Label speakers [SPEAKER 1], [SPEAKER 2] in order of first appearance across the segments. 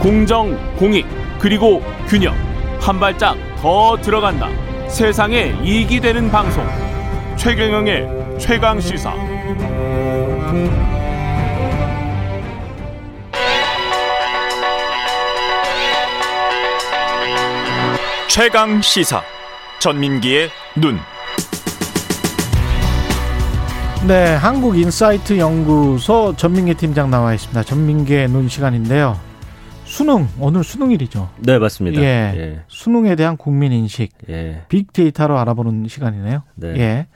[SPEAKER 1] 공정, 공익, 그리고 균형. 한 발짝 더 들어간다. 세상에 이익이 되는 방송. 최경영의 최강 시사.
[SPEAKER 2] 최강 시사 전민기의 눈.
[SPEAKER 3] 네, 한국 인사이트 연구소 전민기 팀장 나와 있습니다. 전민기의 눈 시간인데요. 수능 오늘 수능일이죠.
[SPEAKER 4] 네 맞습니다.
[SPEAKER 3] 예, 수능에 대한 국민 인식,
[SPEAKER 4] 예, 예,
[SPEAKER 3] 빅데이터로 알아보는 시간이네요.
[SPEAKER 4] 네.
[SPEAKER 3] 예,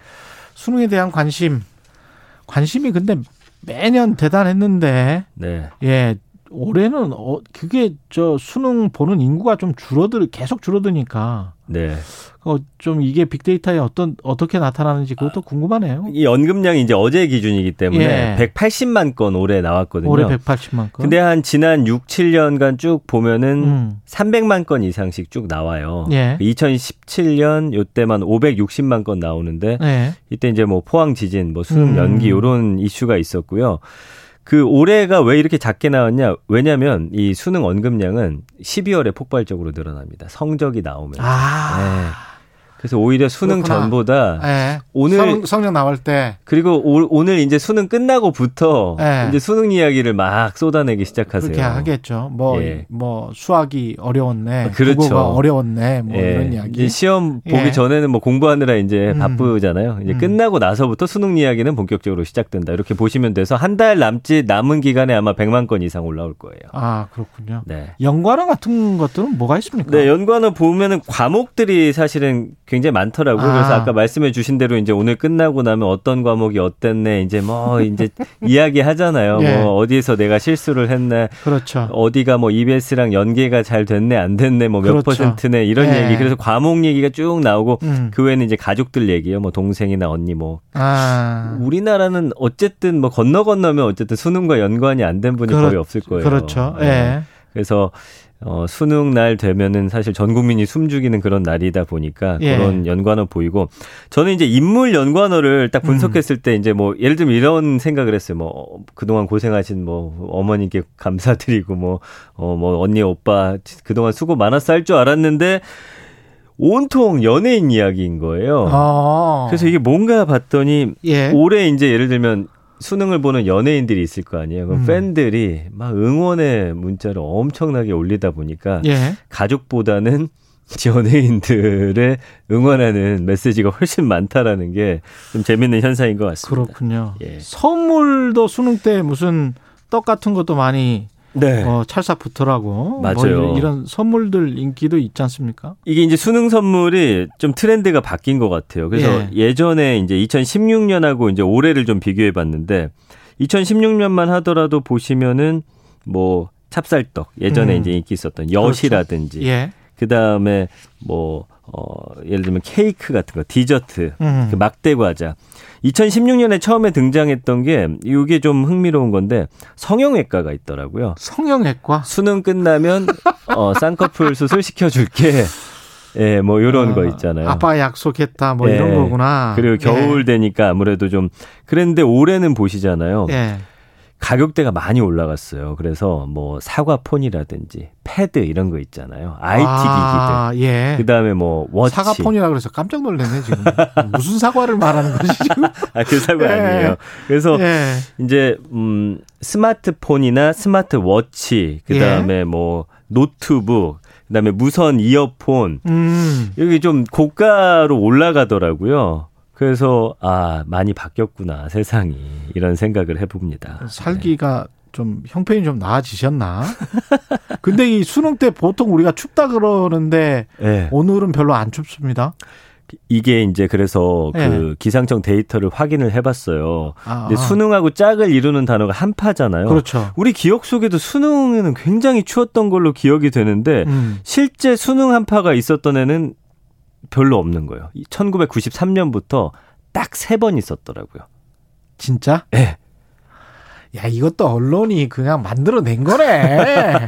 [SPEAKER 3] 수능에 대한 관심, 관심이 근데 매년 대단했는데,
[SPEAKER 4] 네.
[SPEAKER 3] 예, 올해는 어, 그게 저 수능 보는 인구가 좀 줄어들 계속 줄어드니까
[SPEAKER 4] 네.
[SPEAKER 3] 어, 좀 이게 빅데이터에 어떤 어떻게 나타나는지
[SPEAKER 4] 아,
[SPEAKER 3] 그것도 궁금하네요.
[SPEAKER 4] 이 연금량이 이제 어제 기준이기 때문에
[SPEAKER 3] 예.
[SPEAKER 4] 180만 건 올해 나왔거든요.
[SPEAKER 3] 올해 180만 건.
[SPEAKER 4] 근데 한 지난 6, 7년간 쭉 보면은
[SPEAKER 3] 음.
[SPEAKER 4] 300만 건 이상씩 쭉 나와요.
[SPEAKER 3] 예.
[SPEAKER 4] 2017년 요때만 560만 건 나오는데
[SPEAKER 3] 네.
[SPEAKER 4] 이때 이제 뭐 포항 지진, 뭐 수능
[SPEAKER 3] 음.
[SPEAKER 4] 연기 요런 이슈가 있었고요. 그 올해가 왜 이렇게 작게 나왔냐? 왜냐면 이 수능 언급량은 12월에 폭발적으로 늘어납니다. 성적이 나오면.
[SPEAKER 3] 아,
[SPEAKER 4] 네. 그래서 오히려 수능
[SPEAKER 3] 그렇구나.
[SPEAKER 4] 전보다
[SPEAKER 3] 예.
[SPEAKER 4] 오늘-
[SPEAKER 3] 성, 성적 나올 때
[SPEAKER 4] 그리고 오, 늘 이제 수능 끝나고부터
[SPEAKER 3] 네.
[SPEAKER 4] 이제 수능 이야기를 막 쏟아내기 시작하세요.
[SPEAKER 3] 그렇게 하겠죠. 뭐 뭐
[SPEAKER 4] 예.
[SPEAKER 3] 수학이 어려웠네,
[SPEAKER 4] 아, 그렇죠.
[SPEAKER 3] 국어가 어려웠네, 뭐
[SPEAKER 4] 예.
[SPEAKER 3] 이런
[SPEAKER 4] 이제
[SPEAKER 3] 이야기.
[SPEAKER 4] 시험 보기
[SPEAKER 3] 예.
[SPEAKER 4] 전에는 뭐 공부하느라 이제
[SPEAKER 3] 음.
[SPEAKER 4] 바쁘잖아요. 이제
[SPEAKER 3] 음.
[SPEAKER 4] 끝나고 나서부터 수능 이야기는 본격적으로 시작된다. 이렇게 보시면 돼서 한 달 남짓 남은 기간에 아마 100만 건 이상 올라올 거예요.
[SPEAKER 3] 아 그렇군요.
[SPEAKER 4] 네.
[SPEAKER 3] 연관어 같은 것들은 뭐가 있습니까?
[SPEAKER 4] 네, 연관어 보면은 과목들이 사실은 굉장히 많더라고요.
[SPEAKER 3] 아.
[SPEAKER 4] 그래서 아까 말씀해 주신 대로 이제 오늘 끝나고 나면 어떤 과목이 어땠네, 이제 뭐, 이제 이야기 하잖아요.
[SPEAKER 3] 예.
[SPEAKER 4] 뭐, 어디에서 내가 실수를 했네,
[SPEAKER 3] 그렇죠.
[SPEAKER 4] 어디가 뭐 EBS랑 연계가 잘 됐네, 안 됐네, 뭐 몇
[SPEAKER 3] 그렇죠.
[SPEAKER 4] 퍼센트네, 이런
[SPEAKER 3] 예.
[SPEAKER 4] 얘기. 그래서 과목 얘기가 쭉 나오고,
[SPEAKER 3] 음.
[SPEAKER 4] 그 외에는 이제 가족들 얘기요. 뭐 동생이나 언니 뭐.
[SPEAKER 3] 아
[SPEAKER 4] 우리나라는 어쨌든 뭐 건너 건너면 어쨌든 수능과 연관이 안 된 분이
[SPEAKER 3] 그렇-
[SPEAKER 4] 거의 없을 거예요.
[SPEAKER 3] 그렇죠. 예.
[SPEAKER 4] 네. 그래서 어, 수능 날 되면은 사실 전 국민이 숨죽이는 그런 날이다 보니까
[SPEAKER 3] 예.
[SPEAKER 4] 그런 연관어 보이고 저는 이제 인물 연관어를 딱 분석했을 때 이제 뭐 예를 들면 이런 생각을 했어요. 뭐 어, 그동안 고생하신 뭐 어머님께 감사드리고 뭐 어 뭐 언니 오빠 그동안 수고 많았어 할 줄 알았는데 온통 연예인 이야기인 거예요.
[SPEAKER 3] 어.
[SPEAKER 4] 그래서 이게 뭔가 봤더니
[SPEAKER 3] 예.
[SPEAKER 4] 올해 이제 예를 들면 수능을 보는 연예인들이 있을 거 아니에요. 그럼
[SPEAKER 3] 음.
[SPEAKER 4] 팬들이 막 응원의 문자를 엄청나게 올리다 보니까
[SPEAKER 3] 예.
[SPEAKER 4] 가족보다는 연예인들의 응원하는 메시지가 훨씬 많다라는 게 좀 재밌는 현상인 것 같습니다.
[SPEAKER 3] 그렇군요.
[SPEAKER 4] 예.
[SPEAKER 3] 선물도 수능 때 무슨 떡 같은 것도 많이
[SPEAKER 4] 네.
[SPEAKER 3] 어, 찰싹 붙더라고. 뭐
[SPEAKER 4] 맞아요.
[SPEAKER 3] 이런- 이런 선물들 인기도 있지 않습니까?
[SPEAKER 4] 이게 이제 수능 선물이 좀 트렌드가 바뀐 것 같아요. 그래서
[SPEAKER 3] 예.
[SPEAKER 4] 예. 전에 이제 2016년하고 이제 올해를 좀 비교해 봤는데 2016년만 하더라도 보시면은 뭐 찹쌀떡 예전에
[SPEAKER 3] 음.
[SPEAKER 4] 이제 인기 있었던 엿이라든지
[SPEAKER 3] 예.
[SPEAKER 4] 그다음에 뭐 어, 예를 들면 케이크 같은 거 디저트
[SPEAKER 3] 음.
[SPEAKER 4] 그 막대 과자 2016년에 처음에 등장했던 게 이게 좀 흥미로운 건데 성형외과가 있더라고요.
[SPEAKER 3] 성형외과.
[SPEAKER 4] 수능 끝나면 어 쌍꺼풀 수술 시켜줄게. 예, 뭐 요런 거 있잖아요.
[SPEAKER 3] 아빠 약속했다 뭐
[SPEAKER 4] 예.
[SPEAKER 3] 이런 거구나.
[SPEAKER 4] 그리고
[SPEAKER 3] 예.
[SPEAKER 4] 겨울 되니까 아무래도 좀 그랬는데 올해는 보시잖아요.
[SPEAKER 3] 예. 예.
[SPEAKER 4] 가격대가 많이 올라갔어요. 그래서 뭐 사과폰이라든지 패드 이런 거 있잖아요. IT 기기들.
[SPEAKER 3] 아, 예.
[SPEAKER 4] 그다음에 뭐 워치.
[SPEAKER 3] 사과폰이라 그래서 깜짝 놀랐네 지금. 무슨 사과를 말하는 거지 지금?
[SPEAKER 4] 아, 그 사과
[SPEAKER 3] 예.
[SPEAKER 4] 아니에요. 그래서
[SPEAKER 3] 예.
[SPEAKER 4] 이제 음 스마트폰이나 스마트워치,
[SPEAKER 3] 예.
[SPEAKER 4] 그다음에 뭐 노트북, 그다음에 무선 이어폰
[SPEAKER 3] 음.
[SPEAKER 4] 여기 좀 고가로 올라가더라고요. 그래서 아 많이 바뀌었구나 세상이 이런 생각을 해봅니다.
[SPEAKER 3] 살기가 좀 형편이 좀 나아지셨나? 근데 이 수능 때 보통 우리가 춥다 그러는데
[SPEAKER 4] 네. 네.
[SPEAKER 3] 오늘은 별로 안 춥습니다.
[SPEAKER 4] 이게 이제 그래서
[SPEAKER 3] 네.
[SPEAKER 4] 그 기상청 데이터를 확인을 해봤어요.
[SPEAKER 3] 아,
[SPEAKER 4] 근데 수능하고 짝을 이루는 단어가 한파잖아요.
[SPEAKER 3] 그렇죠.
[SPEAKER 4] 우리 기억 속에도 수능에는 굉장히 추웠던 걸로 기억이 되는데
[SPEAKER 3] 음.
[SPEAKER 4] 실제 수능 한파가 있었던 애는 별로 없는 거예요. 1993년부터 딱 세 번 있었더라고요.
[SPEAKER 3] 진짜?
[SPEAKER 4] 예.
[SPEAKER 3] 야, 이것도 언론이 그냥 만들어낸 거네.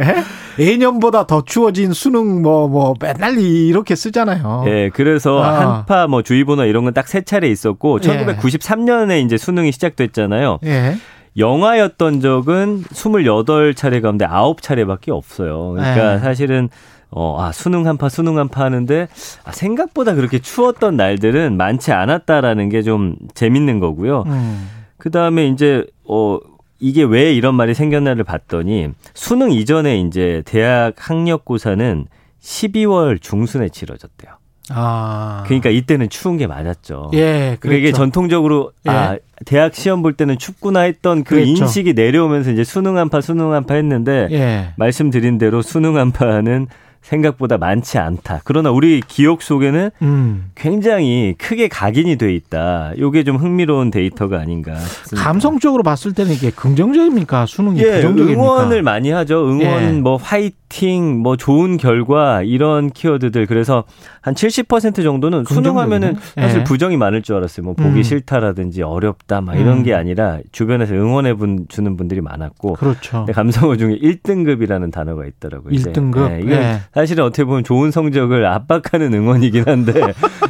[SPEAKER 3] 예? 예년보다 더 추워진 수능 뭐, 뭐, 맨날 이렇게 쓰잖아요.
[SPEAKER 4] 예, 그래서
[SPEAKER 3] 어. 아.
[SPEAKER 4] 한파 뭐 주의보나 이런 건 딱 세 차례 있었고
[SPEAKER 3] 예.
[SPEAKER 4] 1993년에 이제 수능이 시작됐잖아요.
[SPEAKER 3] 예.
[SPEAKER 4] 영화였던 적은 28차례 가운데 9차례밖에 없어요. 그러니까
[SPEAKER 3] 네.
[SPEAKER 4] 사실은 어, 아, 수능 한파, 수능 한파 하는데, 아, 생각보다 그렇게 추웠던 날들은 많지 않았다라는 게 좀 재밌는 거고요.
[SPEAKER 3] 음.
[SPEAKER 4] 그 다음에 이제, 어, 이게 왜 이런 말이 생겼나를 봤더니, 수능 이전에 이제 대학 학력고사는 12월 중순에 치러졌대요.
[SPEAKER 3] 아.
[SPEAKER 4] 그러니까 이때는 추운 게 맞았죠.
[SPEAKER 3] 예,
[SPEAKER 4] 그게
[SPEAKER 3] 그렇죠.
[SPEAKER 4] 전통적으로 아
[SPEAKER 3] 예.
[SPEAKER 4] 대학 시험 볼 때는 춥구나 했던 그
[SPEAKER 3] 그랬죠.
[SPEAKER 4] 인식이 내려오면서 이제 수능 한파 수능 한파 했는데
[SPEAKER 3] 예.
[SPEAKER 4] 말씀드린 대로 수능 한파는 생각보다 많지 않다. 그러나 우리 기억 속에는
[SPEAKER 3] 음.
[SPEAKER 4] 굉장히 크게 각인이 돼 있다. 요게 좀 흥미로운 데이터가 아닌가 싶습니다.
[SPEAKER 3] 감성적으로 봤을 때는 이게 긍정적입니까? 수능이
[SPEAKER 4] 그러니까. 예,
[SPEAKER 3] 부정적입니까?
[SPEAKER 4] 응원을 많이 하죠. 응원,
[SPEAKER 3] 예.
[SPEAKER 4] 뭐 화이팅, 뭐 좋은 결과 이런 키워드들. 그래서 한 70% 정도는 수능하면은
[SPEAKER 3] 긍정적이네.
[SPEAKER 4] 사실
[SPEAKER 3] 예.
[SPEAKER 4] 부정이 많을 줄 알았어요. 뭐 보기
[SPEAKER 3] 음.
[SPEAKER 4] 싫다라든지 어렵다 막 이런
[SPEAKER 3] 음.
[SPEAKER 4] 게 아니라 주변에서 응원해 분, 주는 분들이 많았고.
[SPEAKER 3] 그렇죠.
[SPEAKER 4] 근데 감성어 중에 1등급이라는 단어가 있더라고요. 이제.
[SPEAKER 3] 1등급?
[SPEAKER 4] 예, 이게
[SPEAKER 3] 예.
[SPEAKER 4] 사실은 어떻게 보면 좋은 성적을 압박하는 응원이긴 한데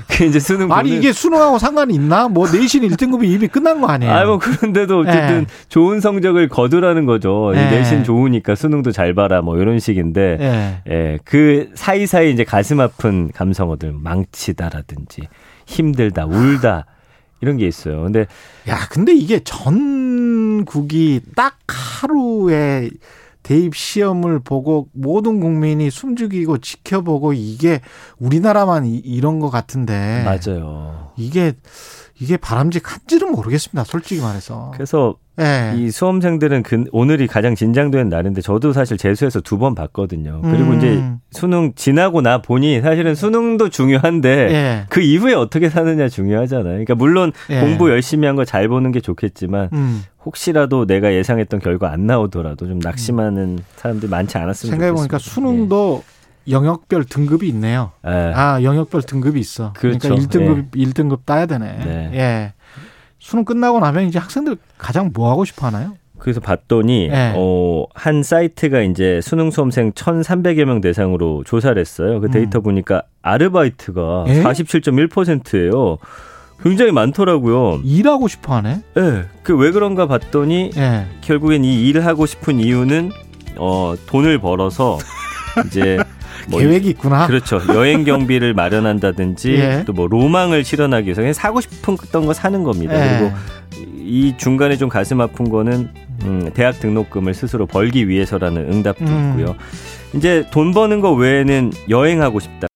[SPEAKER 4] 그 이제 수능
[SPEAKER 3] 아니
[SPEAKER 4] 보는
[SPEAKER 3] 이게 수능하고 상관이 있나? 뭐 내신 1등급이 이미 끝난 거 아니에요?
[SPEAKER 4] 아, 뭐, 그런데도 어쨌든
[SPEAKER 3] 예.
[SPEAKER 4] 좋은 성적을 거두라는 거죠. 이
[SPEAKER 3] 예.
[SPEAKER 4] 내신 좋으니까 수능도 잘 봐라, 뭐, 이런 식인데. 예.
[SPEAKER 3] 예.
[SPEAKER 4] 그 사이사이 이제 가슴 아픈 감성어들, 망치다라든지, 힘들다, 울다, 이런 게 있어요. 근데,
[SPEAKER 3] 야, 근데 이게 전국이 딱 하루에 대입 시험을 보고 모든 국민이 숨죽이고 지켜보고 이게 우리나라만 이, 런것 같은데
[SPEAKER 4] 맞아요.
[SPEAKER 3] 이게 이게 바람직한지는 모르겠습니다. 솔직히 말해서.
[SPEAKER 4] 그래서
[SPEAKER 3] 예.
[SPEAKER 4] 이 수험생들은 그, 오늘이 가장 진장된 날인데, 저도 사실 재수해서 두 번 봤거든요. 그리고
[SPEAKER 3] 음.
[SPEAKER 4] 이제 수능 지나고 나 보니 사실은 수능도 중요한데,
[SPEAKER 3] 예.
[SPEAKER 4] 그 이후에 어떻게 사느냐 중요하잖아요. 그러니까 물론
[SPEAKER 3] 예.
[SPEAKER 4] 공부 열심히 한 거 잘 보는 게 좋겠지만
[SPEAKER 3] 음.
[SPEAKER 4] 혹시라도 내가 예상했던 결과 안 나오더라도 좀 낙심하는 사람들 이 많지 않았으면
[SPEAKER 3] 생각해 보니까
[SPEAKER 4] 좋겠습니다. 네.
[SPEAKER 3] 수능도 영역별 등급이 있네요.
[SPEAKER 4] 예. 예.
[SPEAKER 3] 아, 영역별 등급이 있어. 그러니까
[SPEAKER 4] 그렇죠.
[SPEAKER 3] 1등급, 일 1등급 따야 되네.
[SPEAKER 4] 네.
[SPEAKER 3] 예. 수능 끝나고 나면 이제 학생들 가장 뭐 하고 싶어 하나요?
[SPEAKER 4] 그래서 봤더니
[SPEAKER 3] 예.
[SPEAKER 4] 어, 한 사이트가 이제 수능 수험생 1,300여 명 대상으로 조사를 했어요. 그 데이터 보니까 아르바이트가
[SPEAKER 3] 음. 예?
[SPEAKER 4] 47.1%예요. 굉장히 많더라고요.
[SPEAKER 3] 일하고 싶어 하네.
[SPEAKER 4] 예. 그 왜 그런가 봤더니
[SPEAKER 3] 예.
[SPEAKER 4] 결국엔 이 일을 하고 싶은 이유는 어, 돈을 벌어서 이제 뭐
[SPEAKER 3] 계획이 있구나.
[SPEAKER 4] 그렇죠. 여행 경비를 마련한다든지
[SPEAKER 3] 예.
[SPEAKER 4] 또 뭐 로망을 실현하기 위해서 그냥 사고 싶었던 거 사는 겁니다.
[SPEAKER 3] 예.
[SPEAKER 4] 그리고 이 중간에 좀 가슴 아픈 거는 음, 대학 등록금을 스스로 벌기 위해서라는 응답도
[SPEAKER 3] 음.
[SPEAKER 4] 있고요. 이제 돈 버는 거 외에는 여행하고 싶다.